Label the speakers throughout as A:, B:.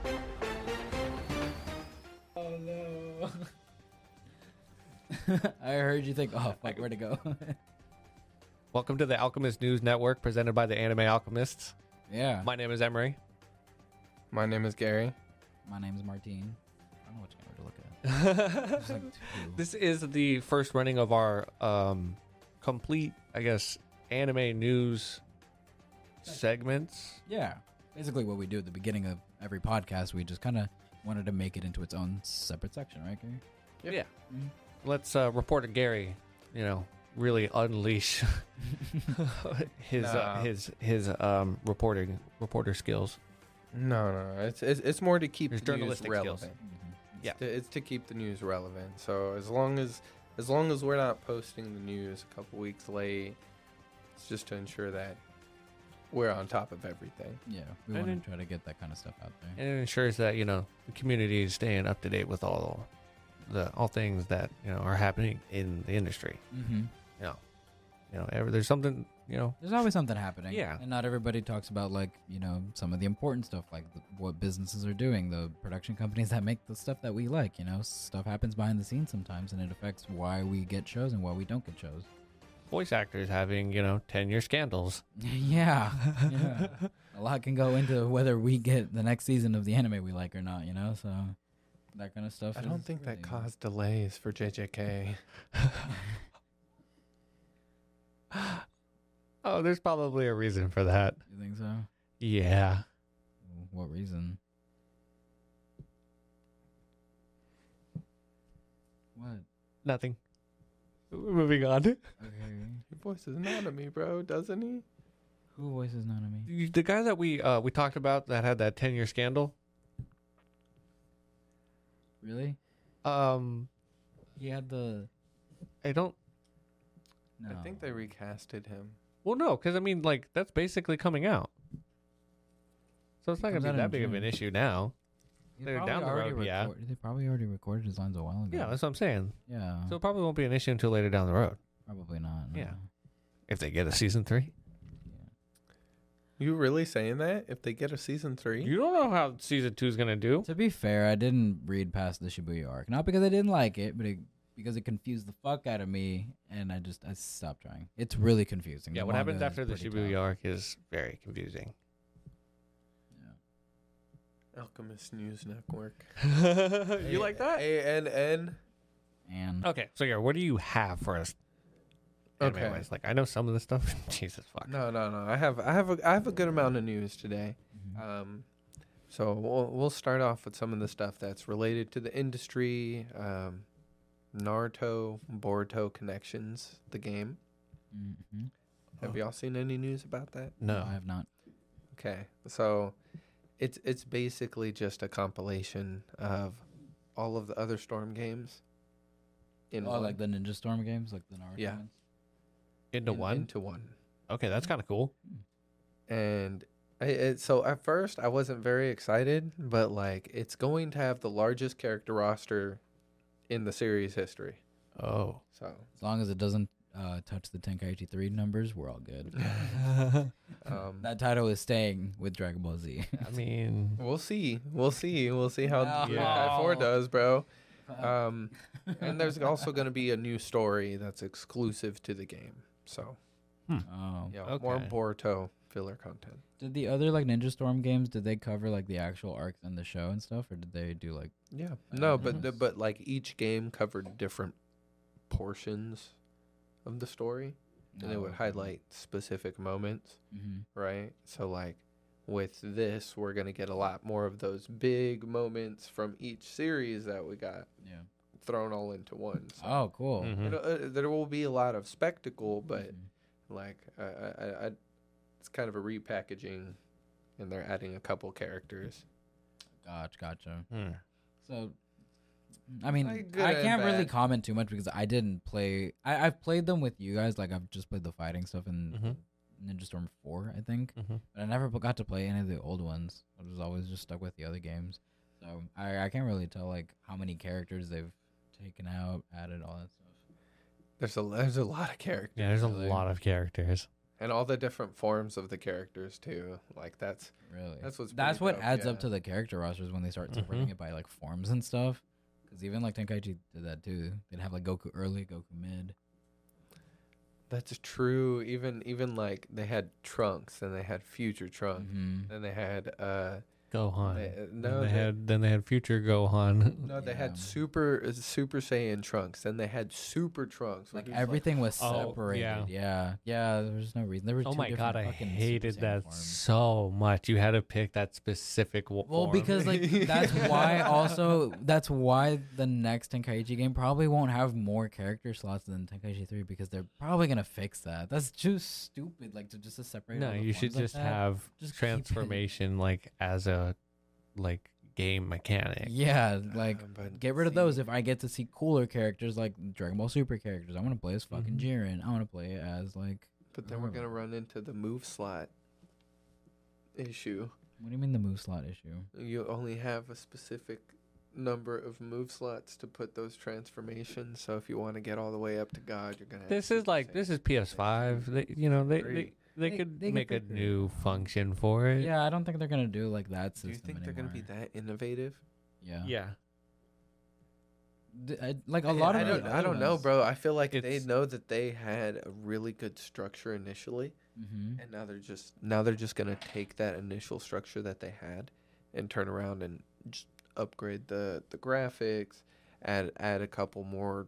A: I heard you think, oh, fuck, where to go?
B: Welcome to the Alchemist News Network, presented by the Anime Alchemists.
A: yeah. My,
B: My name is Emery.
C: My name is Gary.
A: name's Martine. I don't know which camera to look at. There's like two.
B: This is the first running of our um, complete, I guess, anime news segments.
A: yeah. Basically, what we do at the beginning of every podcast, we just kind of wanted to make it into its own separate section, right, Gary?
B: Yeah. Let's uh, reporter Gary, you know, really unleash his uh,
C: Nah.
B: his his um, reporting reporter skills.
C: No, no, it's it's, it's more to keep
B: There's
C: the news
B: journalistic skills.
C: relevant.
A: Mhm.
B: Yeah.
C: To- it's to keep the news relevant. So as long as as long as we're not posting the news a couple weeks late, it's just to ensure that we're on top of everything.
A: Yeah. We
B: I
A: want
B: didn't-
A: to try to get that kind of stuff out there.
B: and it ensures that you know the community is staying up to date with all the all things that you know are happening in the industry.
A: Mm-hmm.
B: You know, you know, ever, there's something you know.
A: There's always something happening.
B: Yeah.
A: And not everybody talks about, like, you know, some of the important stuff, like the, what businesses are doing, the production companies that make the stuff that we like, you know? Stuff happens behind the scenes sometimes, and it affects why we get shows and why we don't get shows.
B: Voice actors having you know ten year scandals.
A: yeah. yeah. A lot can go into whether we get the next season of the anime we like or not, you know? So that kind of stuff.
C: I
A: is
C: don't think that
A: really-
C: caused delays for JJK.
B: Oh, there's probably a reason for that.
A: You think so?
B: Yeah,
A: What reason? What?
B: nothing. We're moving on.
A: Okay.
C: He voices anatomy, bro, doesn't he?
A: Who voices Nanami?
B: You- The guy that we uh, we talked about that had that ten year scandal.
A: Really?
B: Um,
A: He had the.
B: I don't.
A: No.
C: I think they recasted him.
B: Well, no, because I mean, like that's basically coming out. So it's not going
A: Comes
B: to
A: out
B: be
A: in
B: that big of
A: June.
B: an issue now.
A: They
B: they're
A: probably
B: down the
A: already
B: road, yeah.
A: record- They probably already recorded his lines a while ago.
B: Yeah, that's what I'm saying.
A: Yeah.
B: So it probably won't be an issue until later down the road
A: probably not. no.
B: Yeah. if they get a season three.
C: You really saying that? If they get a season three,
B: You don't know how season two's gonna do.
A: To be fair, I didn't read past the Shibuya arc, not because I didn't like it, but it, because it confused the fuck out of me, and I just I stopped trying. It's really confusing.
B: Yeah,
A: The
B: what happens
A: manga is
B: after the
A: pretty
B: Shibuya
A: tough.
B: arc is very confusing.
C: Alchemist News Network.
B: you like that?
C: A N N.
A: And
B: Okay, so yeah, what do you have for us?
C: Okay.
B: Anyway, like I know some of the stuff. Jesus fuck.
C: No, no, no. I have, I have, a, I have a good amount of news today.
A: Mhm.
C: Um, so we'll we'll start off with some of the stuff that's related to the industry. Um, Naruto Boruto connections. The game.
A: Mhm.
C: Have y'all seen any news about that?
B: No.
A: I have not.
C: Okay, so it's it's basically just a compilation of all of the other Storm games. In
A: Oh,
C: one.
A: like the Ninja Storm games, like the Naruto
C: Yeah.
A: ones.
B: Into
C: in-
B: one.
C: into one.
B: Okay, that's kind of cool.
C: and I, it, so at first I wasn't very excited, but like it's going to have the largest character roster in the series history.
B: Oh.
C: So
A: As long as it doesn't uh, touch the Tenkaichi three numbers, we're all good.
C: um,
A: Hmm. that title is staying with Dragon Ball Z.
B: I mean,
C: we'll see, we'll see, we'll see how
A: No.
C: Kai Four
A: Yeah.
C: does, bro. Um, and there's also going to be a new story that's exclusive to the game. So
A: oh,
C: yeah, more
B: Okay.
C: Boruto filler content.
A: did the other like Ninja Storm games? Did they cover like the actual arcs in the show and stuff, or did they do like?
C: Yeah. No, but the,
A: Mhm.
C: but like each game covered different portions of the story, and they
A: Oh,
C: would highlight specific moments,
A: hmm
C: right? So like with this, we're gonna get a lot more of those big moments from each series that we got
A: Yeah.
C: thrown all into one. So
A: Oh, cool.
B: mhm.
C: it'll- uh, there will be a lot of spectacle, but
A: Mhm.
C: like I, I, I, I- it's kind of a repackaging, and they're adding a couple characters.
A: gotcha, gotcha.
B: Hmm.
A: So, I mean,
C: Like, good
A: I
C: and
A: can't really
C: bad.
A: comment too much because I didn't play. I, I've played them with you guys. Like I've just played the fighting stuff in
B: Mhm.
A: Ninja Storm Four, I think.
B: Mhm.
A: But I never b- got to play any of the old ones. I was always just stuck with the other games. So I, I can't really tell like how many characters they've taken out, added, all that stuff.
C: There's a there's a lot of characters.
B: Yeah, there's a
A: Really?
B: lot of characters.
C: and all the different forms of the characters too. Like that's
A: Really,
C: That's what's
A: that's
C: pretty
A: what
C: dope,
A: adds
C: yeah.
A: up to the character rosters when they start
B: Mhm.
A: separating it by like forms and stuff. Because even like Tenkaichi did that too. They'd have like Goku early, Goku mid.
C: That's true. Even even like they had Trunks and they had Future Trunks.
A: hmm
C: Then they had uh
B: Gohan.
C: they- uh,
B: Then
C: no
B: they
C: they-
B: had then they had future Gohan.
C: no they
A: Yeah.
C: had Super uh, Super Saiyan Trunks. Then they had Super Trunks.
A: Like
C: which was
A: everything was
B: Oh,
A: separated.
B: yeah.
A: yeah, yeah. There was no reason. There were.
B: Oh
A: two
B: my god,
A: different
B: I
A: fucking Super
B: hated
A: Saiyan
B: that
A: forms.
B: so much. You had to pick that specific one.
A: Well, because like that's why also that's why the next Tenkaichi game probably won't have more character slots than Tenkaichi three because they're probably gonna fix that. That's too stupid. Like to just to separate.
B: no,
A: all the
B: you should
A: forms like
B: just
A: that.
B: have
A: Just keep it.
B: transformation like as a like game mechanic.
A: Yeah, like
C: Um, but
A: get rid of those.
C: see-
A: If I get to see cooler characters like Dragon Ball Super characters, I want to play as fucking
B: Mhm.
A: Jiren. I want to play as like.
C: But then we're
A: Oh.
C: gonna run into the move slot issue.
A: What do you mean the move slot issue?
C: You only have a specific number of move slots to put those transformations. So if you want to get all the way up to God, you're gonna. have
B: This
C: to
B: is
C: keep
B: like
C: saying
B: this is
C: Super
B: PS5.
C: Saiyan
B: They, you know, they
C: three.
B: they, they,
A: They-
B: could
A: they could
B: make a
A: figure it
B: new
A: out.
B: function for it.
A: Yeah, I don't think they're gonna do like that
C: Do
A: system
C: you think they're gonna
A: anymore.
C: be that innovative?
A: Yeah.
B: Yeah.
A: D- I- like a
C: Yeah,
A: lot
C: I
A: of the
C: don't, I
A: other
C: don't know,
A: ones-
C: bro. I feel like they
B: It's-
C: know that they had a really good structure initially,
A: Mhm.
C: and now they're just now they're just gonna take that initial structure that they had, and turn around and just upgrade the the graphics, add add a couple more,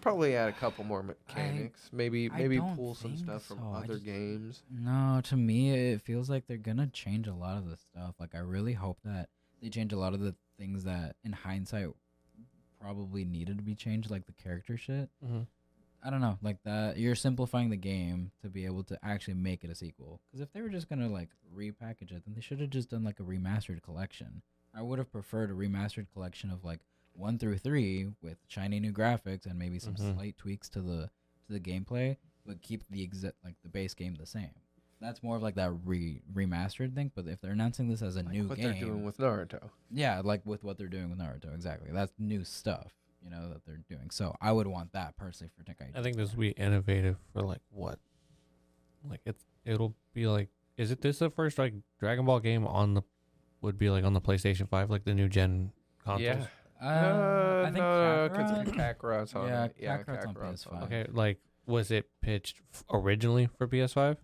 C: probably add a couple more mechanics, maybe
A: I
C: maybe
A: don't
C: pull some
A: think
C: stuff from
A: so. I
C: other
A: just-
C: games.
A: No, to me, it feels like they're gonna change a lot of the stuff. Like, I really hope that they change a lot of the things that, in hindsight, probably needed to be changed, like the character shit.
B: Mhm.
A: I don't know, like that. You're simplifying the game to be able to actually make it a sequel. Because if they were just gonna like repackage it, then they should have just done like a remastered collection. I would have preferred a remastered collection of like one through three with shiny new graphics and maybe some
B: Mhm.
A: slight tweaks to the to the gameplay, but keep the exact like the base game the same. That's more of like that re remastered thing. But if they're announcing this as a
C: Like
A: new
C: what
A: game,
C: they're doing with Naruto.
A: yeah, like with what they're doing with Naruto, exactly. That's new stuff, you know, that they're doing. So I would want that personally for Tenkaichi.
B: I think this will be innovative for like what? Like it's it'll be like is it this the first like Dragon Ball game on the would be like on the PlayStation 5 like the new gen consoles?
A: Uh,
C: no,
A: I think
C: no,
A: Kakarot-
C: because Kakarot's on
A: Yeah,
C: it. Yeah,
A: Kakarot's on
C: Kakarot's on
A: PS5.
C: it.
B: Okay, like was it pitched f- originally for PS5?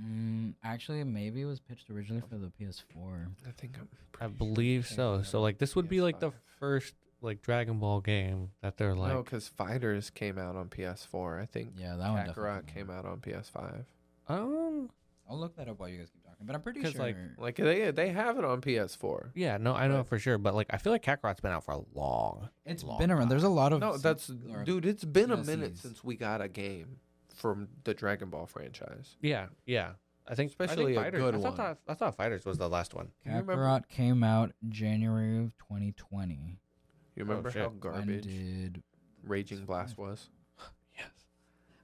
A: Mm, actually, maybe it was pitched originally for the PS4.
C: I think I'm
B: I
C: pretty sure
B: believe
C: they
B: so.
C: have
B: So
C: it
B: like
C: on
B: this would be like the
C: PS5.
B: first like Dragon Ball game that they're like
C: no, because Fighters came out on PS4. I think
A: Yeah, that one.
C: Kakarot
A: Oh, definitely.
C: came out on PS5.
B: um
A: I'll look that up while you guys keep talking, but I'm pretty
B: 'Cause,
A: sure.
B: like,
C: Like they they have it on PS4.
B: yeah, no, I know
C: But-
B: for sure, but like I feel like Kakarot's been out for a long.
A: it's
B: long
A: been around. There's a lot of
C: No,
A: se-
C: that's
A: or-
C: dude. It's been a minute
A: DLCs.
C: since we got a game from the Dragon Ball franchise.
B: Yeah, yeah. I think
C: Especially a
B: I think Fighters.
C: good
B: I
C: one.
B: thought, that- I thought Fighters was the last one.
C: you remember-
A: Kakarot came out January of 2020.
C: You remember how
B: shit.
C: garbage
A: When did?
C: Raging Blast was?
B: Yes.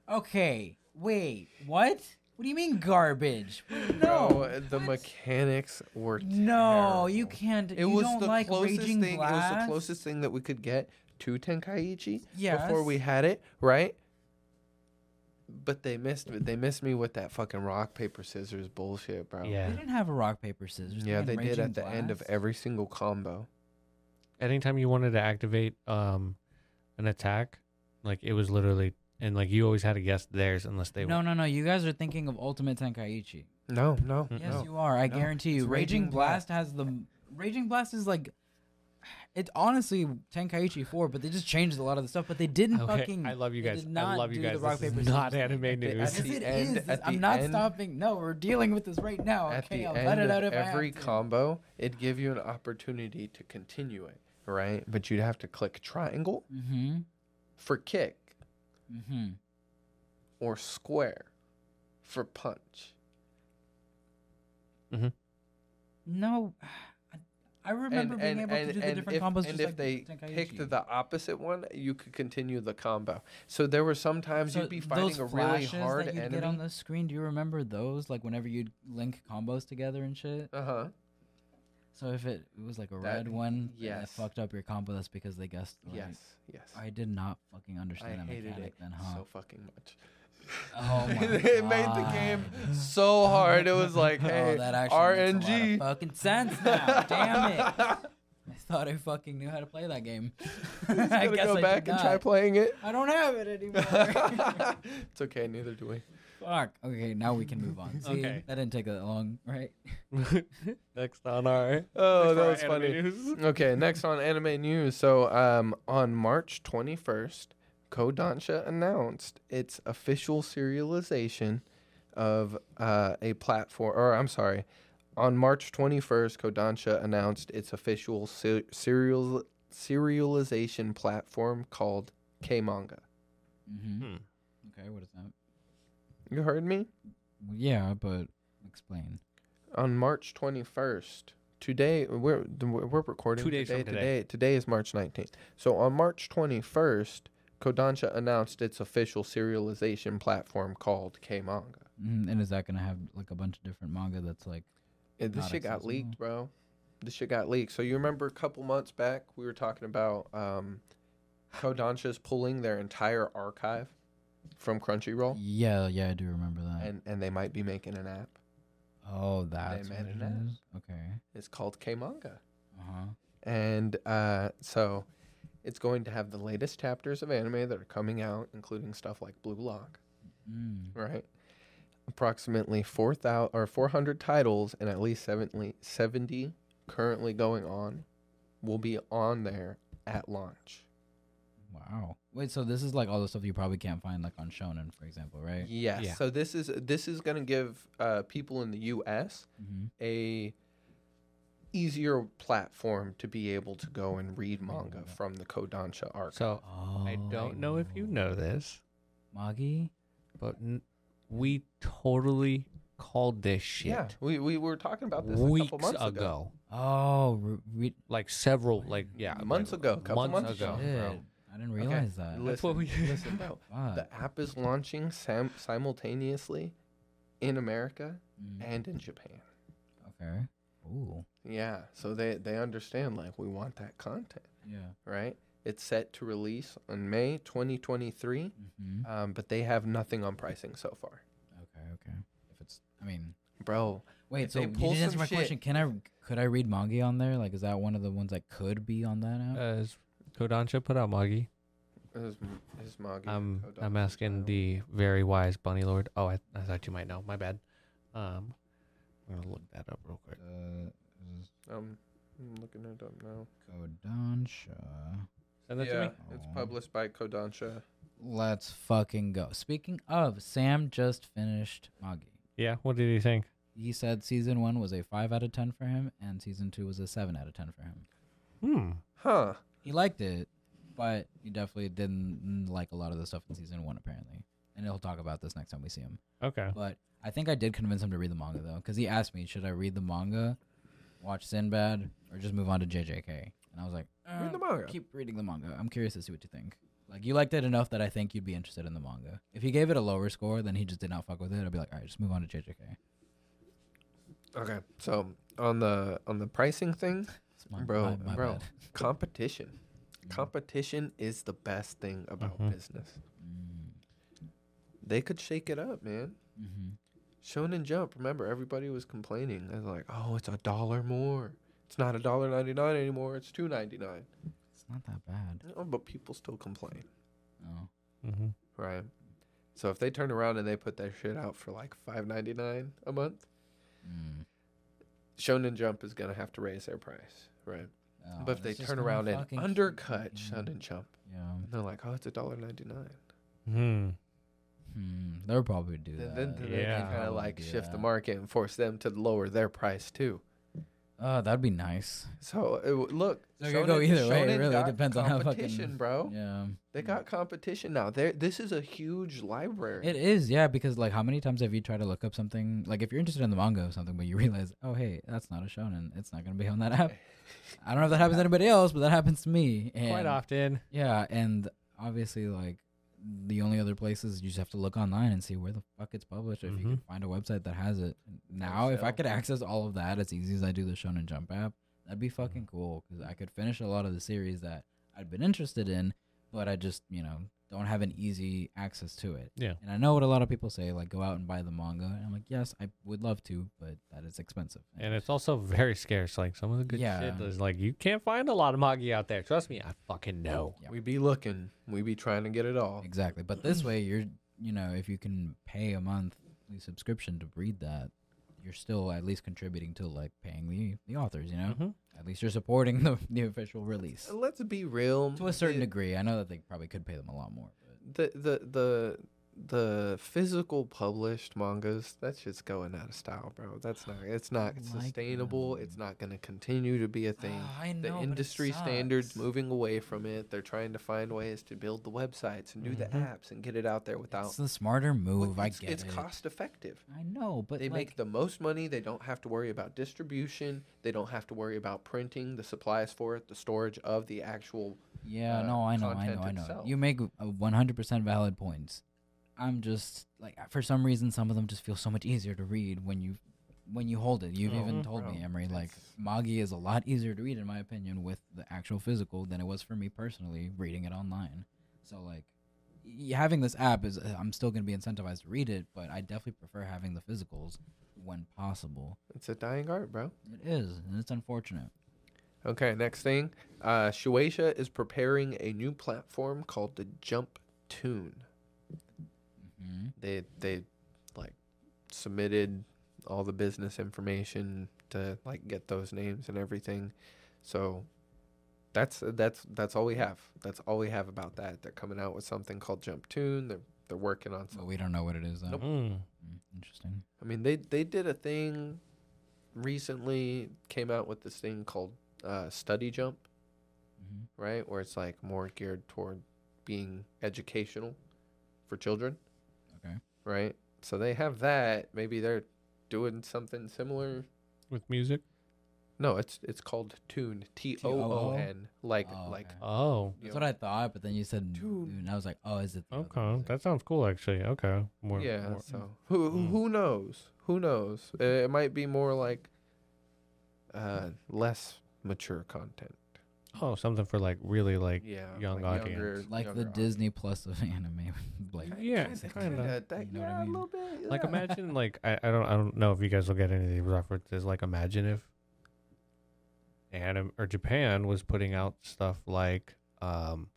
A: Okay, wait, what? What do you mean garbage?
C: Bro, the mechanics were
A: No, you
C: terrible.
A: can't.
C: It
A: you
C: was
A: don't
C: the
A: like
C: closest
A: Raging
C: thing.
A: Blast?
C: It was the closest thing that we could get to Tenkaichi before we
A: Yes.
C: had it, right? But they missed. They missed me with that fucking rock paper scissors bullshit, bro.
B: Yeah.
A: They didn't have a rock paper scissors.
C: Yeah,
A: had
C: they did
A: Raging
C: at the end of
A: Blast.
C: every single combo.
B: anytime you wanted to activate um an attack, like it was literally and like you always had to guess theirs unless they
A: No, no, no. You guys are thinking of Ultimate Tenkaichi.
C: No, no,
B: Mm-mm.
A: Yes,
C: no.
A: you are. I
C: No,
A: guarantee you.
C: it's
A: Raging,
C: Raging
A: Blast has the Raging Blast is like it's honestly Tenkaichi 4, but they just changed a lot of the stuff, but they didn't
B: Okay,
A: fucking
B: I love you
A: they
B: guys.
A: did
B: I
A: not
B: love
A: do
B: you
A: the
B: guys.
A: rock,
B: This
A: paper,
B: is not
A: scissors.
B: anime
C: They-
B: news.
C: At
A: Yes,
C: the
A: it
C: end-
A: is.
C: at
A: I'm
C: the
A: not
C: end-
A: stopping. No, we're dealing with this right now.
C: At
A: okay,
C: the
A: I'll cut
C: end
A: it out
C: of
A: if
C: every
A: I have to.
C: combo, it'd give you an opportunity to continue it, right? But you'd have to click triangle
A: Mm-hmm.
C: for kick
A: Mm-hmm.
C: or square for punch.
A: No, I- I remember being able to do the different
C: if,
A: combos.
C: and
A: just
C: if
A: like
C: they
A: Tenkaichi.
C: picked the opposite one, you could continue the combo. So there were some times
A: So
C: you'd be
A: those
C: fighting a really
A: flashes
C: hard
A: that you'd Get on
C: enemy.
A: the screen. Do you remember those? Like whenever you'd link combos together and shit.
C: Uh huh.
A: So if it, it was like a
C: That-
A: red one, yeah, that
C: yes.
A: fucked up your combo. That's because they guessed. right.
C: Yes. Yes.
A: I did not fucking
C: I
A: understand that
C: hated
A: mechanic
C: it
A: then, huh?
C: so fucking much.
A: oh my
C: it made the game so hard. It was like,
A: Oh,
C: hey,
A: that actually makes a lot of
C: RNG.
A: fucking sense now. Damn it. I thought I fucking knew how to play that game.
C: He's gonna go back and try playing it.
A: I don't have it anymore.
C: it's okay, neither do we.
A: Fuck. Okay, now we can move on. See,
B: Okay.
A: that didn't take that long, right?
B: Next on our
C: Oh,
B: next on
C: that
B: our
C: was funny.
B: anime news.
C: Okay, next on anime news. So, um, on March 21st, Kodansha announced its official serialization of uh, a platform, or I'm sorry, on March 21st, Kodansha announced its official se- serial serialization platform called K Manga.
A: Mm-hmm.
B: Hmm.
A: Okay, what is that?
C: You heard me?
A: Well, yeah, but explain.
C: On March 21st, today we're th- we're recording
B: Two days
C: today,
B: from today.
C: today. Today is March 19th. So on March 21st, Kodansha announced its official serialization platform called K Manga.
A: Mhm, And is that gonna have like a bunch of different manga that's like
C: And this
A: Not
C: shit got
A: accessible.
C: leaked, bro. This shit got leaked. So you remember a couple months back we were talking about um, Kodansha's pulling their entire archive from Crunchyroll,
A: Yeah, yeah, I do remember that.
C: Oh. and and they might be making an app.
A: oh, that's
C: made
A: what it
C: an app.
A: is. Okay.
C: It's called K Manga.
A: Uh huh.
C: and uh, so it's going to have the latest chapters of anime that are coming out, including stuff like Blue Lock,
A: Mm.
C: right? Approximately four thousand or four hundred titles and at least 70, 70 currently going on will be on there at launch.
A: Wow. Wait, so this is like all the stuff you probably can't find like on Shonen, for example, right?
C: Yes.
B: Yeah.
C: So this is this is going to give uh, people in the U.S.
A: Mm-hmm.
C: a easier platform to be able to go and read manga
A: manga.
C: from the Kodansha arc.
B: So
A: Oh,
B: I don't know if you know this,
A: Magi.
B: but n- we totally called this shit
C: Yeah, we, we were talking about this a
B: weeks
C: couple months
B: ago.
C: ago.
A: Oh, re- re-
B: Like several, like yeah,
C: Months
B: like,
C: ago, couple
B: months,
C: months
B: ago.
C: ago.
A: shit.
B: bro.
A: I didn't realize that.
C: Listen,
B: what we-
C: listen, bro.
A: Fuck.
C: The app is launching sam- simultaneously in America
B: Mm-hmm.
A: Mm,
C: and in Japan.
A: okay. Ooh.
C: Yeah, so they they understand like we want that content,
A: Yeah.
C: right? It's set to release on May 2023,
A: hmm
C: um, but they have nothing on pricing so far,
A: Okay. Okay. If it's, I mean,
C: bro.
A: wait.
C: If
A: so
C: they
A: you
C: pull
A: didn't answer
C: some
A: my
C: shit-
A: question. Can I? Could I read Magi on there? Like, is that one of the ones that could be on that app?
B: Uh, is Kodansha put out Magi?
C: Is, is Magi
B: I'm
C: Kodansha's
B: I'm asking
C: title.
B: the very wise bunny lord. Oh, I, I thought you might know. My bad. Um, I'm gonna look that up real quick.
A: Uh, is
C: Um, I'm looking it up now.
A: Kodansha.
B: Send that
C: yeah,
B: to me.
C: it's
A: Aw.
C: published by Kodansha.
A: Let's fucking go. Speaking of, Sam just finished Magi.
B: Yeah. What did you think?
A: He said season one was a five out of ten for him, and season two was a seven out of ten for him.
B: Hmm.
C: Huh.
A: He liked it, but he definitely didn't like a lot of the stuff in season one, apparently. And he'll talk about this next time we see him.
B: Okay.
A: But I think I did convince him to read the manga though, because he asked me, should I read the manga, watch Sinbad, or just move on to JJK? And I was like,
C: Read the
A: "Uh,
C: manga.
A: keep reading the manga. I'm curious to see what you think. Like you liked it enough that I think you'd be interested in the manga. If he gave it a lower score, then he just did not fuck with it. I'd be like, all right, just move on to JJK.
C: Okay, so on the on the pricing thing,
A: It's my-
C: Bro,
A: my- my
C: bro.
A: bad.
C: competition,
A: Mm-hmm.
C: competition is the best thing about
B: Mhm.
C: business.
A: Mm,
C: They could shake it up, man.
A: mhm.
C: Shonen Jump. Remember, everybody was complaining. They're like, "Oh, it's a dollar more. It's not a dollar ninety nine anymore. It's two ninety nine.
A: It's not that bad.
C: Oh, but people still complain,
A: Oh,
B: Mm-hmm.
C: right? So if they turn around and they put their shit out for like five ninety nine a month,
A: mm.
C: Shonen Jump is gonna have to raise their price, right?
A: Oh,
C: but if they
A: it's just
C: turn
A: gonna
C: around and
A: fucking keep
C: undercut
A: fucking-
C: Shonen Jump,
A: yeah,
C: and they're like, "Oh, it's a dollar ninety nine.
B: Hmm.
A: hmm. they'll probably do
C: Then,
A: that.
C: then, then they
B: Yeah.
C: can kind
A: Probably
C: of like
A: do
C: shift the
A: that.
C: market and force them to lower their price too.
A: Oh, that'd be nice.
C: So it, w- look,
A: So it could go either way, it really
C: got
A: depends on how fucking-
C: competition, bro.
A: Yeah.
C: They got competition now. They're, this is a huge library.
A: It is, yeah, because like how many times have you tried to look up something? Like if you're interested in the manga or something, but you realize, oh hey, that's not a shonen. It's not gonna be on that app. I don't know if that happens to anybody else, but that happens to me. And,
B: Quite often.
A: Yeah, and obviously like the only other places you just have to look online and see where the fuck it's published. If you can
B: Mhm.
A: find a website that has it. Now, if I
C: sell.
A: could access all of that as easy as I do the Shonen Jump app, that'd be
B: Mm-hmm.
A: fucking cool because I could finish a lot of the series that I'd been interested in, but I just you know don't have an easy access to it.
B: Yeah.
A: And I know what a lot of people say, like go out and buy the manga. And I'm like, yes, I would love to, but that is expensive.
B: And it's also very scarce. Like some of the good
A: Yeah.
B: shit is like you can't find a lot of magi out there. Trust me, I fucking know.
A: Yeah.
C: We be looking. We be trying to get it all.
A: exactly. But this way, you're you know, if you can pay a monthly subscription to read that, you're still at least contributing to like paying the the authors. You know,
C: Mm-hmm.
B: Mhm.
A: at least you're supporting the the official release
C: Let's be real.
A: to a certain
C: the-
A: degree. I know that they probably could pay them a lot more. But
C: the the the the physical published mangas that shit's going out of style bro that's not it's not
A: Like
C: sustainable it's not going to continue to be a thing
A: Ah, I
C: the
A: know, but it
C: industry standards
A: sucks.
C: moving away from it they're trying to find ways to build the websites and do the
B: Mhm.
C: apps and get it out there without
A: Mm-hmm. It's the smarter
C: Well,
A: move. I
C: it's,
A: get
C: it's
A: it.
C: cost effective
A: I know, but
C: they
A: like,
C: make the most money they don't have to worry about distribution they don't have to worry about printing the supplies for it the storage of the actual
A: Yeah,
C: uh,
A: no, I know, I
C: content
A: know, I know.
C: itself.
A: You make one hundred percent valid points. I'm just like, for some reason, some of them just feel so much easier to read when you when you hold it. You've even
B: Mhm.
A: told me,
C: Bro,
A: Emery, like
C: it's-
A: Magi is a lot easier to read, in my opinion, with the actual physical than it was for me personally reading it online. So like. y- Having this app is, uh, I'm still going to be incentivized to read it, but I definitely prefer having the physicals when possible.
C: it's a dying art bro
A: It is, and it's unfortunate.
C: Okay, next thing. Uh, Shueisha is preparing a new platform called the Jump Tune.
A: hmm
C: They they like submitted all the business information to like get those names and everything. So that's that's that's all we have. That's all we have about that. They're coming out with something called Jump Tune. They're they're working on
A: But
C: something.
A: we don't know what it is, though.
C: Nope.
B: Mm.
A: Mm, Interesting.
C: I mean, they they did a thing recently. Came out with this thing called uh, Study Jump.
A: hmm
C: right? Where it's like more geared toward being educational for children,
A: Okay.
C: right? So they have that. Maybe they're doing something similar.
B: With music.
C: No, it's it's called Tune T O O N, like
A: Oh,
C: like
A: okay.
B: Oh.
C: you
A: That's
C: know,
A: what I thought, but then you said
C: Dude.
A: "Dude," and I was like, oh, is it? the other
B: Okay.
A: music?
B: That sounds cool actually. Okay. More,
C: yeah.
B: more-
C: So who who-
B: Mm.
C: who knows? Who knows? Uh, It might be more like uh less mature content.
B: Oh, something for like really like
C: Yeah,
B: young
C: like
B: audience.
A: like the
C: younger
A: Disney Plus of anime. like,
C: audience.
B: Yeah,
C: Kinda,
B: kinda.
C: kinda, that-
A: You know what I
C: yeah,
A: mean?
C: a little bit.
B: like
C: yeah.
B: imagine like I, I don't I don't know if you guys will get any of these references. Like imagine if anime or Japan was putting out stuff like um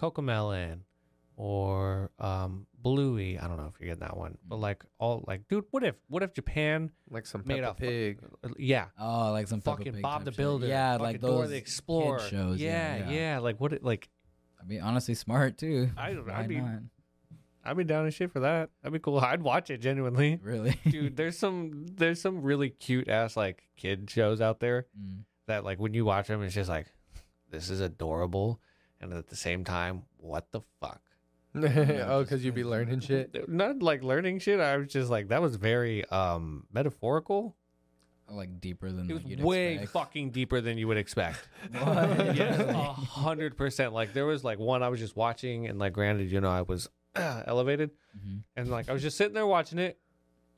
B: Cocomelon or um Bluey. I don't know if you get that one.
A: Mm.
B: But like all like dude, what if what if Japan
C: like some
B: made
C: Peppa
B: a fu-
C: Pig.
B: yeah.
A: oh, like some Peppa
B: Fucking
A: Pig
B: Bob
A: type
B: the
A: shit.
B: Builder.
A: Yeah,
B: fucking
A: like
B: Dora
A: those
B: the Explorer
A: shows, yeah,
B: Yeah, yeah,
A: yeah.
B: Like what? It, like
A: I mean, honestly, smart too.
B: I don't-
A: Why
B: I'd be-
A: not?
B: I'd be down and shit for that. That'd be cool. I'd watch it genuinely,
A: really,
B: dude. There's some there's some really cute ass like kid shows out there.
A: Mm.
B: that like when you watch them, it's just like, this is adorable, and at the same time, what the fuck?
C: oh, because you'd be
A: just-
C: learning shit.
B: Not like learning shit. I was just like, that was very um metaphorical.
A: Oh, like deeper than like,
B: It was
A: Mm, you'd
B: way
A: expect.
B: fucking deeper than you would expect.
A: What?
B: yes, a hundred percent. Like there was like one I was just watching, and like granted, you know, I was uh, elevated,
A: Mhm.
B: and like I was just sitting there watching it,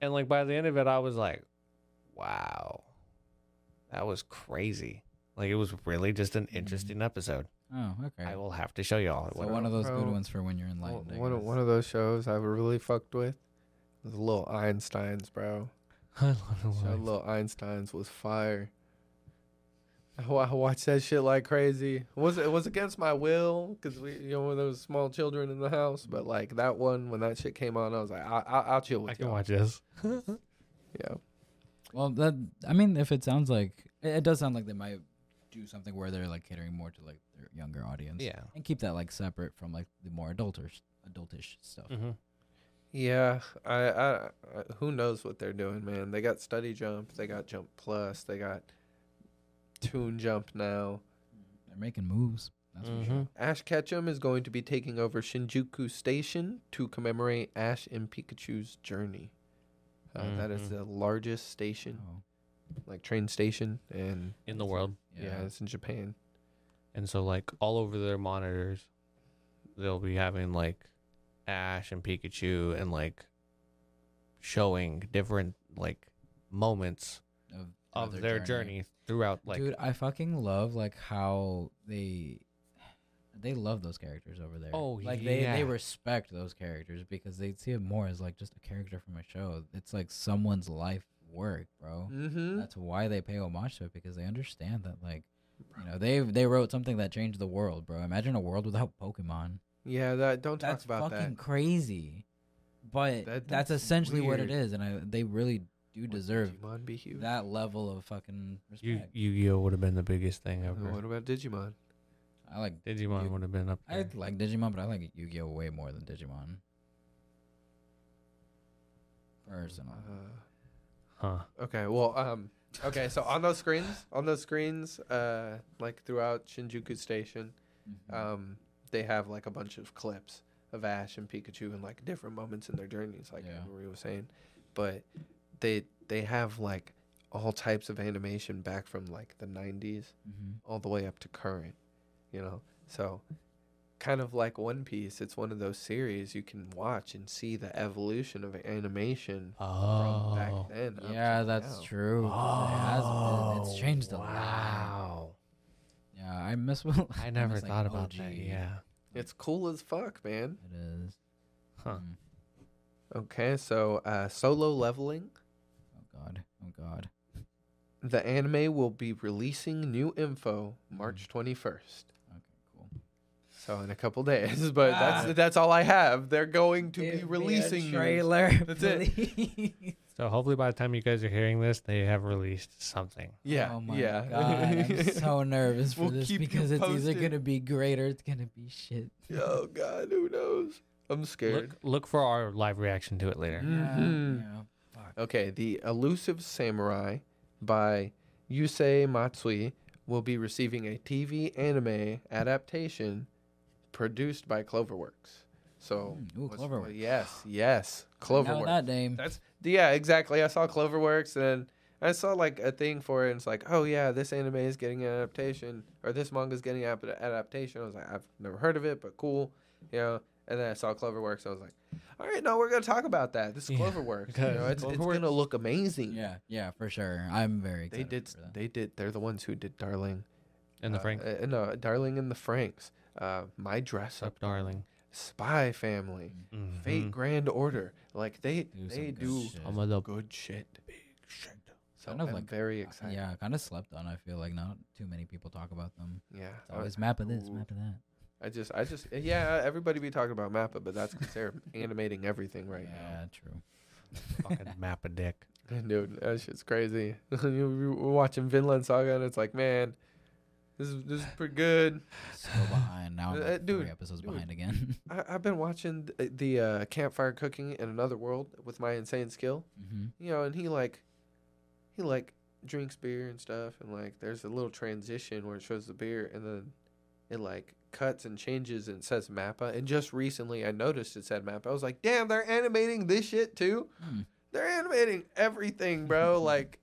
B: and like by the end of it, I was like, wow, that was crazy. Like it was really just
A: Mm-hmm.
B: an interesting episode.
A: Oh, okay.
B: I will have to show you all.
A: So
B: What-
A: one of those good
C: Bro.
A: ones for when you're enlightened.
C: One-
A: I
C: One, of-
A: guess.
C: one of those shows I really fucked with was Little Einsteins, bro. Show Little Einsteins was fire. I wa- I watched that shit like crazy. It was it was against my will because we you know there was small children in the house, but like that one when that shit came on, I was like, I, I, I'll chill with
B: I
C: you.
B: can watch this.
C: Yeah,
A: Well, that I mean, if it sounds like it, it does sound like they might do something where they're like catering more to like their younger audience.
B: Yeah.
A: and keep that like separate from like the more adultish, adultish stuff.
B: Mm.
C: yeah. I, I, I who knows what they're doing, man. They got Study Jump, they got Jump Plus, they got Tune Jump now.
A: They're making moves. That's for sure.
C: Ash Ketchum is going to be taking over Shinjuku Station to commemorate Ash and Pikachu's journey. Uh, that is
A: Mm-hmm.
B: Mhm.
C: the largest station,
A: Oh,
C: like train station, and
B: In the world.
C: yeah, it's in Japan.
B: And so, like, all over their monitors, they'll be having, like, Ash and Pikachu and, like, showing different, like, moments
A: Of,
B: of their journey, throughout, like,
A: Dude, I fucking love like how they they love those characters over there.
B: Oh,
A: like they
B: yeah.
A: they respect those characters because they see it more as like just a character from a show. It's like someone's life work, bro.
C: Mm-hmm.
A: That's why they pay homage to it because they understand that like you know they they wrote something that changed the world, bro. Imagine a world without Pokemon.
C: Yeah, that don't
A: That's
C: talk about
A: fucking
C: that.
A: crazy. But
C: That-
A: that's,
C: that's
A: essentially what it
C: weird.
A: is, and I they really do
C: Would
A: deserve
C: Digimon be huge?
A: that level of fucking
B: Yu
A: respect.
B: Yu Gi Oh would have been the biggest thing
C: Uh,
B: ever.
C: What about Digimon?
A: I like
B: Digimon
A: you-
B: would have been up
A: I
B: there.
A: like Digimon, but I like Yu-Gi-Oh way more than Digimon. Personally,
C: Uh,
B: Huh.
C: okay, well, um, okay, so on those screens, on those screens, uh, like throughout Shinjuku Station,
A: Mm-hmm.
C: um, they have like a bunch of clips of Ash and Pikachu and like different moments in their journeys, like
A: Yeah.
C: Marie was saying. But they they have like all types of animation back from like the '90s
A: Mhm.
C: all the way up to current, you know. So, kind of like One Piece, it's one of those series you can watch and see the evolution of animation from back
B: Oh.
C: then. up
A: yeah,
C: to
A: that's
C: now.
A: true. It has, it- it's changed a lot.
B: Wow.
A: Yeah, I miss.
B: I
A: miss,
B: never
A: like,
B: thought about that.
A: OG.
B: Yeah.
C: It's cool as fuck, man.
A: it is.
B: Huh.
A: Mm.
C: Okay, so uh, solo leveling.
A: Oh god. Oh god.
C: The anime will be releasing new info
A: Mm.
C: March 21st.
A: Okay, cool.
C: So in a couple days, but
A: Ah.
C: that's that's all I have. They're going to be releasing news.
A: trailer.
C: That's it.
A: it.
B: So hopefully by the time you guys are hearing this, they have released something.
C: Yeah.
A: Oh my
C: yeah.
A: god, I'm so nervous for
C: We'll
A: this
C: keep you
A: because it's either
C: posted.
A: gonna be great or it's gonna be shit.
C: oh god, who knows? I'm scared.
B: Look, look for our live reaction to it later.
A: Yeah,
C: Mhm.
A: yeah, fuck.
C: Okay, The Elusive Samurai by Yusei Matsui will be receiving a TV anime adaptation produced by Cloverworks. So,
A: Mm, ooh,
C: what's-
A: Cloverworks.
C: Yes, yes,
A: Now
C: Cloverworks.
A: that name.
C: That's yeah, exactly. I saw Cloverworks and I saw like a thing for it. And it's like, oh yeah, this anime is getting an adaptation or this manga is getting an ap- adaptation. I was like, I've never heard of it, but cool, you know. And then I saw Cloverworks. I was like, all right, no, we're gonna talk about that. This is
B: Yeah,
C: Cloverworks. You know,
B: because
C: it's, it's
B: Cloverworks-
C: gonna look amazing.
A: Yeah, yeah, for sure. I'm very
C: They
A: excited.
C: did.
A: For that.
C: They did. They're the ones who did Darling
B: And the
C: uh,
B: Frank
C: uh, no, Darling and the Franks. Uh, My Dress Up,
B: up, darling.
C: Spy Family,
A: Mm.
C: Fate
B: Mhm.
C: Grand Order. Like they,
A: Mm-hmm. Do some
C: they
A: good
C: do
A: shit.
B: I'm a little
C: good shit. Big shit. So
A: Kind of
C: I'm
A: like-
C: very
A: Uh,
C: excited.
A: Yeah, kind of slept on. I feel like not too many people talk about them.
C: Yeah.
A: It's
C: I-
A: always map of this,
C: Uh, ooh.
A: map of that.
C: I just, I just, yeah, everybody be talking about Mappa, but that's because they're animating everything right
A: yeah, true.
B: fucking map a dick.
C: now. Dude, that shit's crazy. We're watching Vinland Saga, and it's like, man, this is, this is pretty good.
A: So behind now. I'm
C: Uh,
A: like
C: dude,
A: three episodes
C: dude.
A: behind again.
C: I, I've been watching th- the uh, Campfire Cooking in Another World with my insane skill,
A: mm-hmm.
C: you know, and he like, he like drinks beer and stuff, and like there's a little transition where it shows the beer, and then it like cuts and changes and says Mappa. And just recently, I noticed it said Mappa. I was like, damn, they're animating this shit too.
A: Hmm,
C: They're animating everything, bro. like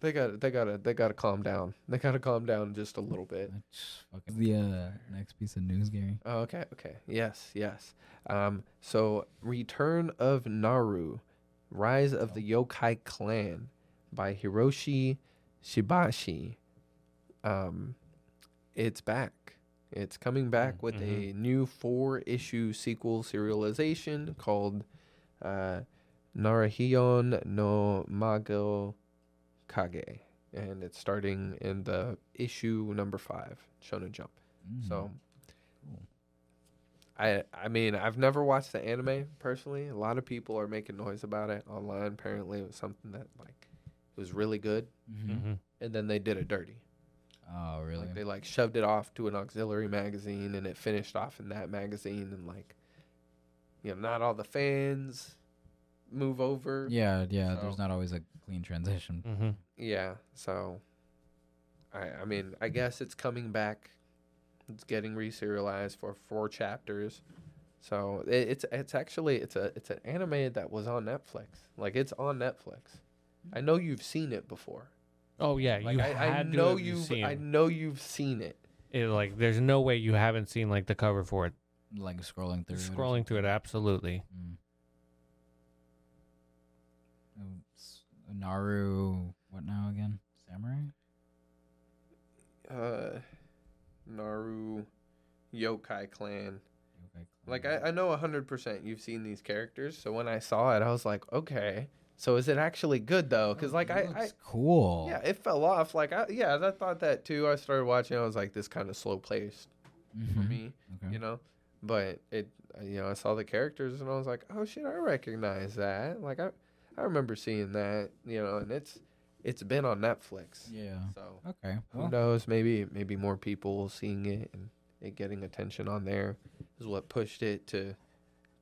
C: they got to they got to they got to calm down. They got to calm down just a little bit.
A: That's fucking the uh, next piece of news, Gary.
C: Oh, okay, okay. Yes, yes. Um so Return of Naru, Rise of the Yokai Clan by Hiroshi Shibashi. Um it's back. It's coming back with a
B: Mhm.
C: new four-issue sequel serialization called uh, Narahion no Mago Kage, and it's starting in the issue number five, Shonen Jump.
A: Mm.
C: So,
A: Mm-hmm. Cool.
C: I I mean I've never watched the anime personally. A lot of people are making noise about it online. Apparently, it was something that like was really good,
A: Mhm.
B: hmm
C: and then they did it dirty. mm-hmm.
A: Oh, really?
C: Like they like shoved it off to an auxiliary magazine, and it finished off in that magazine, and like you know, not all the fans move over.
A: yeah, yeah. There's
C: So-
A: not always a clean transition.
C: Mm-hmm.
B: hmm
C: Yeah, so I I mean, I guess it's coming back. It's getting reserialized for four chapters. So it, it's it's actually it's a it's an anime that was on Netflix. Like it's on Netflix. I know you've seen it before.
B: Oh yeah,
C: Like
B: you
C: I,
B: had
C: I
B: to
C: know
B: have
C: you have
B: seen
C: I know you've seen it.
B: it. Like, there's no way you haven't seen like the cover for it.
C: Mm.
A: Like scrolling through. it or
B: Scrolling through it, absolutely.
A: Mm. Um, s- Naru, what now again? Samurai?
C: Uh Naru yokai clan.
A: Okay,
C: Like I, I know hundred percent you've seen these characters. So when I saw it, I was like, okay. So is it actually good though? Because like I, I,
A: Oh, Looks cool.
C: yeah, it fell off. Like I, yeah, I thought that too. I started watching. I was like, this kind of slow paced for
A: Mhm.
C: me,
A: Okay.
C: you know. But it, you know, I saw the characters and I was like, oh shit, I recognize that. Like I, I remember seeing that, you know. And it's, it's been on Netflix.
A: Yeah.
C: So
A: Okay.
C: who
A: well,
C: knows? Maybe maybe more people seeing it and it getting attention on there is what pushed it to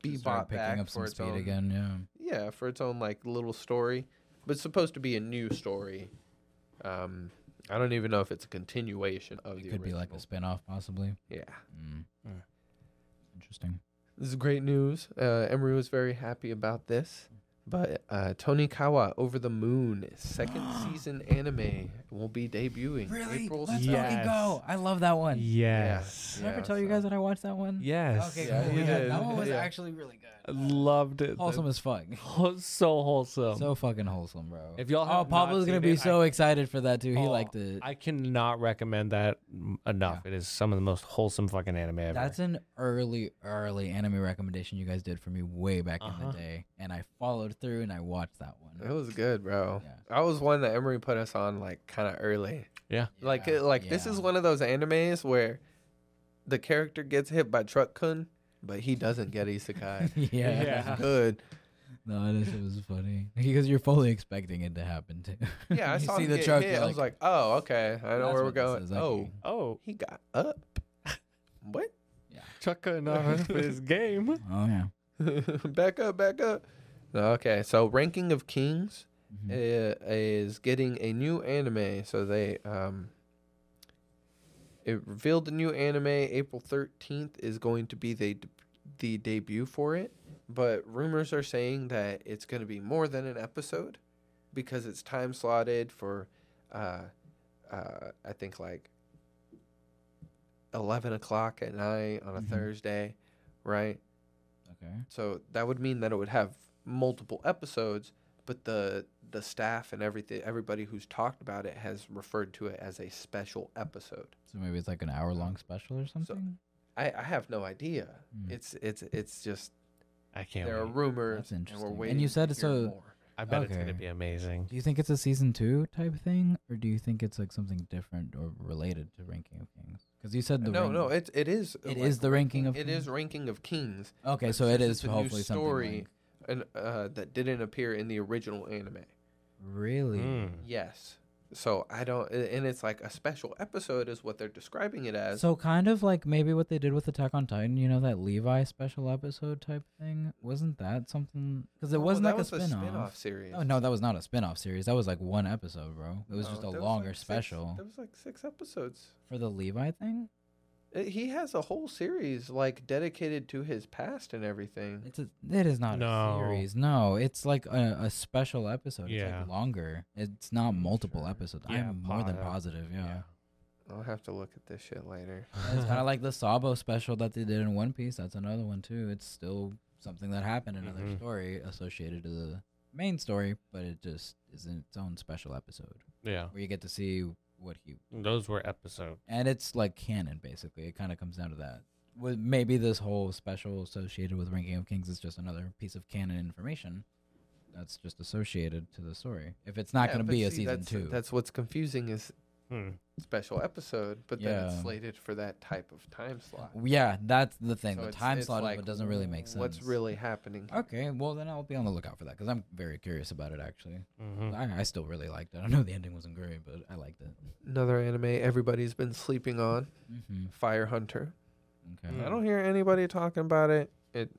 C: be
A: just start
C: bought
A: picking
C: back
A: up
C: for
A: some
C: its
A: speed
C: own.
A: again. Yeah.
C: Yeah, for its own like little story, but it's supposed to be a new story. Um, I don't even know if it's a continuation of
A: It
C: the
A: could be like a
C: original.
A: spin-off possibly.
C: yeah.
A: Mm.
B: Yeah.
A: Interesting.
C: This is great news. Uh, Emery was very happy about this. But uh, Tony Kawa Over the Moon second season anime will be debuting April
B: Let's
C: seventh.
B: fucking go.
A: I love that one.
B: Yes.
A: Did I ever
C: Yeah,
A: tell you
C: so-
A: guys that I watched that one?
B: Yes.
A: Okay,
C: Yeah,
A: cool.
C: you
A: Yeah,
C: did.
A: That one was
C: Yeah.
A: actually really
B: I
A: good.
B: loved it.
A: Wholesome as fuck.
B: so wholesome.
A: So fucking wholesome, bro.
B: if y'all
A: oh,
B: have not
A: Pablo's gonna
B: seen
A: be
B: it,
A: so
B: I,
A: excited for that too. He
B: Oh,
A: liked it.
B: I cannot recommend that m- enough. It is some of the most wholesome fucking anime ever.
A: That's an early, early anime recommendation you guys did for me way back in
B: Uh-huh.
A: the day, and I followed through and I watched that
C: It
A: one.
C: was good, bro.
A: Yeah.
C: I was one that Emery put us on like kind of early. Like
A: Yeah,
C: it- like this
A: yeah.
C: is one of those animes where the character gets hit by truck kun, but he doesn't get isekai.
A: yeah.
B: Yeah.
C: good.
A: No, this was funny because you're fully expecting it to happen too.
C: Yeah, I
A: you
C: saw
A: see
C: him
A: the
C: get
A: truck.
C: hit.
A: you're
C: I was like, oh, okay, I know
A: "That's
C: where we're
A: what this
C: going.
A: is, I
C: Oh,
A: can-
B: oh,
C: he got up. what?
B: Chucka and I for this game.
A: Oh yeah.
C: back up, back up. Okay, so ranking of kings.
A: Mhm.
C: i- eh, is getting a new anime. So they um it revealed the new anime April 13th is going to be the the debut for it, but rumors are saying that it's going to be more than an episode because it's time slotted for uh uh I think like 11 o'clock at night on a
A: Mhm.
C: Thursday, right?
A: Okay.
C: So that would mean that it would have multiple episodes, but the the staff and everything everybody who's talked about it has referred to it as a special episode.
A: So maybe it's like an hour long special or something.
C: I, I have no idea.
A: Hmm.
C: It's it's it's just
B: I can't.
C: there are
B: wait.
C: rumors
A: That's
C: and we're
A: interesting. And
C: waiting.
A: you said
C: to
A: it's
C: hear
A: a-
C: more.
B: I bet it's
A: Okay.
B: gonna be amazing.
A: Do you think it's a season two type thing, or do you think it's like something different or related to Ranking of Kings? Because you said the
C: no
A: rank-
C: no it it is
A: It is the ranking of
C: it is ranking of kings
A: okay,
C: but
A: so it
C: since
A: is
C: it's a new
A: hopefully
C: story,
A: something. like-
C: and uh, that didn't appear in the original anime.
A: Hmm. really?
B: Mm.
C: Yes. So I don't a- and it's like a special episode is what they're describing it as.
A: So kind of like maybe what they did with Attack on Titan, you know, that Levi special episode type thing. Wasn't that something? Because it
C: Well,
A: wasn't
C: Oh, that
A: like
C: was
A: a spin
C: spin-off
A: off.
C: series.
A: Oh no, that was not a spin off series. That was like one episode, bro. It was
C: No,
A: just a
C: there
A: longer
C: Oh, like six-
A: special
C: there was like six episodes.
A: for the Levi thing.
C: Uh, He has a whole series like dedicated to his past and everything.
A: It's a, it is not
B: No.
A: a series. No, it's like a, a special episode. It's
B: Yeah.
A: like longer. It's not multiple
B: Sure.
A: episodes.
B: Yeah,
A: I'm more than
B: positive.
A: positive. Yeah.
C: I'll have to look at this shit later.
A: And it's kind of like the Sabo special that they did in One Piece. That's another one too. It's still something that happened in another
B: Mhm.
A: story associated to the main story, but it just is in its own special episode
B: yeah.
A: where you get to see what he
B: Those were episodes.
A: and it's like canon basically. It kind of comes down to that. With maybe this whole special associated with Ranking of Kings is just another piece of canon information that's just associated to the story. If it's not
C: Yeah,
A: going to
C: but
A: be a
C: see,
A: season
C: that's,
A: two,
C: That's what's confusing is
B: Hmm.
C: special episode, but then it's
A: Yeah.
C: slated for that type of time slot.
A: yeah, that's the thing.
C: So
A: the
C: it's-
A: time
C: it's
A: slot
C: like,
A: of it doesn't really make sense.
C: What's really happening?
A: Okay, well then I'll be on the lookout for that because I'm very curious about it. Actually,
B: Mhm.
A: I, I still really liked it. I know the ending wasn't great, but I liked it.
C: Another anime everybody's been sleeping on,
A: Mm-hmm.
C: Fire Hunter.
A: Okay.
B: Mm.
C: I don't hear anybody talking about it. It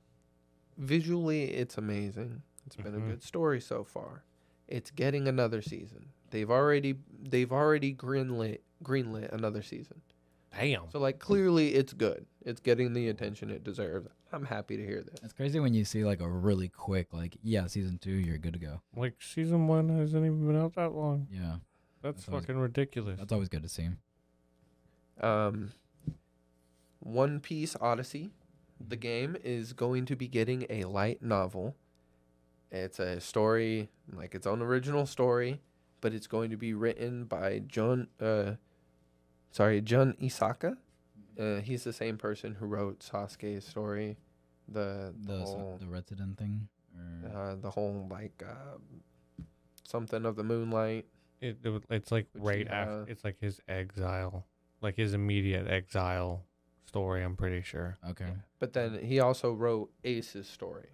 C: visually, it's amazing. It's been
B: Mhm.
C: a good story so far. It's getting another season. They've already they've already greenlit greenlit another season.
B: Damn.
C: So like clearly, it's good. It's getting the attention it deserves. I'm happy to hear this.
A: It's crazy when you see like a really quick like yeah season two you're good to go.
B: Like season one hasn't even been out that long.
A: Yeah,
B: That's,
A: That's always-
B: fucking ridiculous.
A: that's always good to see.
C: Um, One Piece Odyssey, the game is going to be getting a light novel. It's a story, like its own original story, but it's going to be written by John. Uh, sorry, John Isaka. Uh, he's the same person who wrote Sasuke's story, the the,
A: The s-
C: whole
A: the resident thing. Or,
C: uh, the whole like uh, something of the moonlight.
B: It, it was- it's like
C: Which
B: right
C: he
B: after.
C: has.
B: It's like his exile, like his immediate exile story. I'm pretty sure.
A: okay.
C: But then he also wrote Ace's story,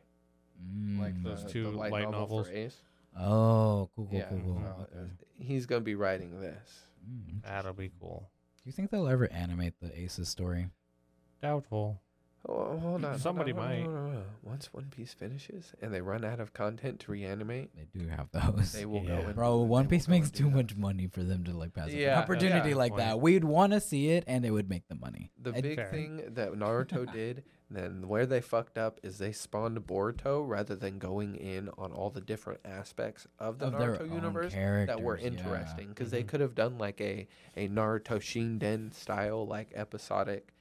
C: like
A: Mm.
C: the,
B: Those
C: the
B: two
C: light,
B: light
C: novel
B: novels?
C: for Ace.
A: Oh, cool, cool,
C: Yeah,
A: cool, cool.
C: uh,
A: okay.
C: He's gonna be writing this.
A: Mm,
B: That'll be
A: interesting.
B: cool.
A: Do you think they'll ever animate the Aces story?
B: Doubtful.
C: Oh, hold on.
B: Somebody
C: hold on, hold on,
B: might.
C: hold on, hold on. Once One Piece finishes and they run out of content to reanimate,
A: They do have those.
C: they will
B: Yeah.
C: go. And
A: Bro,
C: do it.
A: One
C: They will
A: Piece
C: go and
A: makes
C: do
A: too
C: that.
A: much money for them to like pass up
C: Yeah,
A: an opportunity
C: yeah.
A: like that.
B: Point.
A: We'd want to see it, and it would make the money.
C: The
A: I'd-
C: big
B: Fair.
C: thing that Naruto did, then where they fucked up is they spawned Boruto rather than going in on all the different aspects of the
A: of their
C: Naruto
A: own
C: universe that were
A: characters, yeah.
C: interesting because they
B: Mhm.
C: could have done like a a Naruto Shinden style like episodic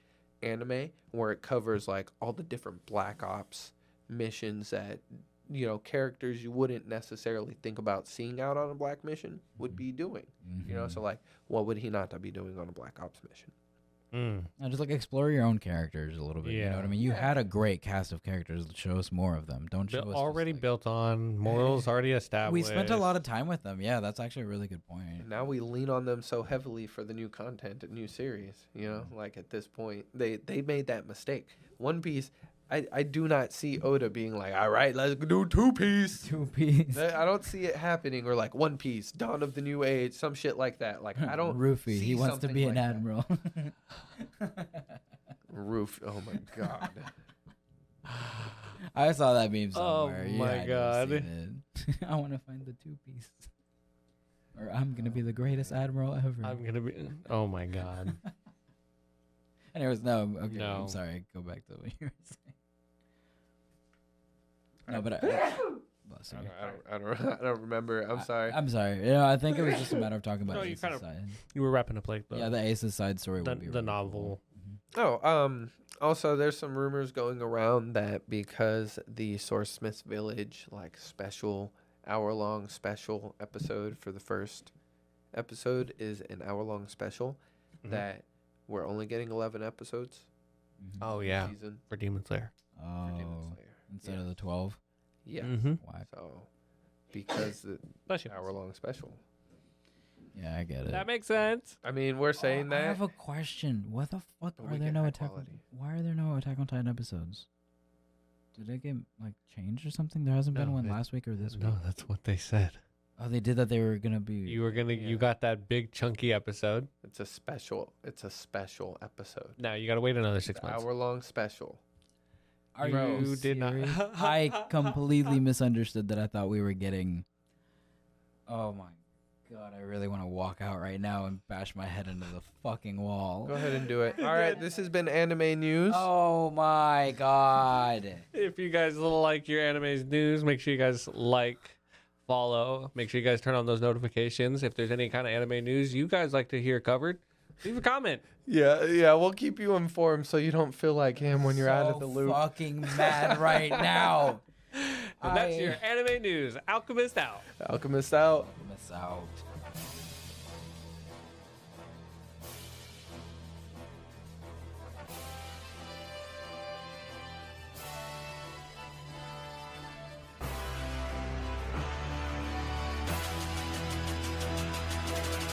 C: anime where it covers like all the different Black Ops missions that you know characters you wouldn't necessarily think about seeing out on a black mission would
A: Mhm.
C: be doing. You know,
A: Mhm.
C: so like what would he not be doing on a Black Ops mission?
B: Mm.
A: And just like explore your own characters a little bit. You know what I
B: Yeah.
A: mean? You
C: Yeah.
A: had a great cast of characters. Show us more of them. Don't show
B: Bu-
A: us just,
B: already
A: like-
B: built on morals, already established.
A: We spent a lot of time with them. Yeah, that's actually a really good point.
C: And now we lean on them so heavily for the new content and new series. You know,
A: Mm-hmm.
C: like at this point, they they made that mistake. One Piece, I I do not see Oda being like, all right, let's do Two Piece.
A: Two piece.
C: That- I don't see it happening or like One Piece, Dawn of the New Age, some shit like that. Like
A: Hmm.
C: I don't.
A: Roofy. He
C: see
A: wants to
C: something
A: be an
C: like that.
A: admiral.
C: Roof. Oh my god.
A: I saw that meme
B: Oh
A: somewhere. You
B: my
A: had to have
B: God.
A: seen it. I want to find the two piece. Or I'm gonna be the greatest admiral ever.
B: I'm gonna be. Oh my god.
A: Anyways, no. Okay,
B: No.
A: I'm sorry. Go back to what you were saying. No, but I, bless
C: I
A: you.
C: don't, I, don't, I, don't, I don't remember. I'm sorry.
A: I, am sorry. You know, I think it was just a matter of talking about
B: No,
A: the
B: you
A: Ace's
B: kind of-
A: side.
B: you were wrapping up like the
A: yeah, the Ace's side story
B: the,
A: would be
B: the
A: really
B: novel.
C: Oh, um, also there's some rumors going around that because the Source Smith Village like special hour long special episode for the first episode is an hour long special
B: Mhm.
A: Mm-hmm.
C: that we're only getting 11 episodes
A: Mhm.
B: Oh
C: per
B: yeah,
C: season
B: for Demon Slayer.
C: for
A: Oh, Mm.
C: Demon Slayer.
A: instead
C: yeah.
A: of the twelve.
C: Yeah.
B: Mm-hmm.
A: Why?
C: So because the
B: Bless you.
C: hour long special.
A: Yeah, I get it.
B: That makes sense.
C: I mean, we're
A: Oh,
C: saying
A: I
C: that
A: have a question. What the fuck are
C: But we
A: there
C: get
A: no
C: high
A: attack? On,
C: quality.
A: why are there no Attack on Titan episodes? Did it get like changed or something? There hasn't been
B: No,
A: one
B: they-
A: last week or this week.
B: No, that's what they said.
A: Oh, they did that. They were gonna be.
B: You were gonna.
C: Yeah.
B: You got that big chunky episode.
C: it's a special it's a special episode.
B: Now you gotta wait another six months.
C: Hour long special.
A: Are
C: Bro,
A: you
B: did not-
A: serious? I completely misunderstood that. I thought we were getting. Oh my god! I really want to walk out right now and bash my head into the fucking wall.
C: Go ahead and do it. All right, this has been anime news.
A: Oh my god!
B: If you guys like your anime's news, make sure you guys like, follow. Make sure you guys turn on those notifications. If there's any kind of anime news you guys like to hear covered, leave a comment.
C: Yeah, yeah, we'll keep you informed so you don't feel like him when you're out of
A: So
C: the loop.
A: Fucking mad right now.
B: And that's
A: I-
B: your anime news. Alchemist out.
C: Alchemist out.
A: miss out.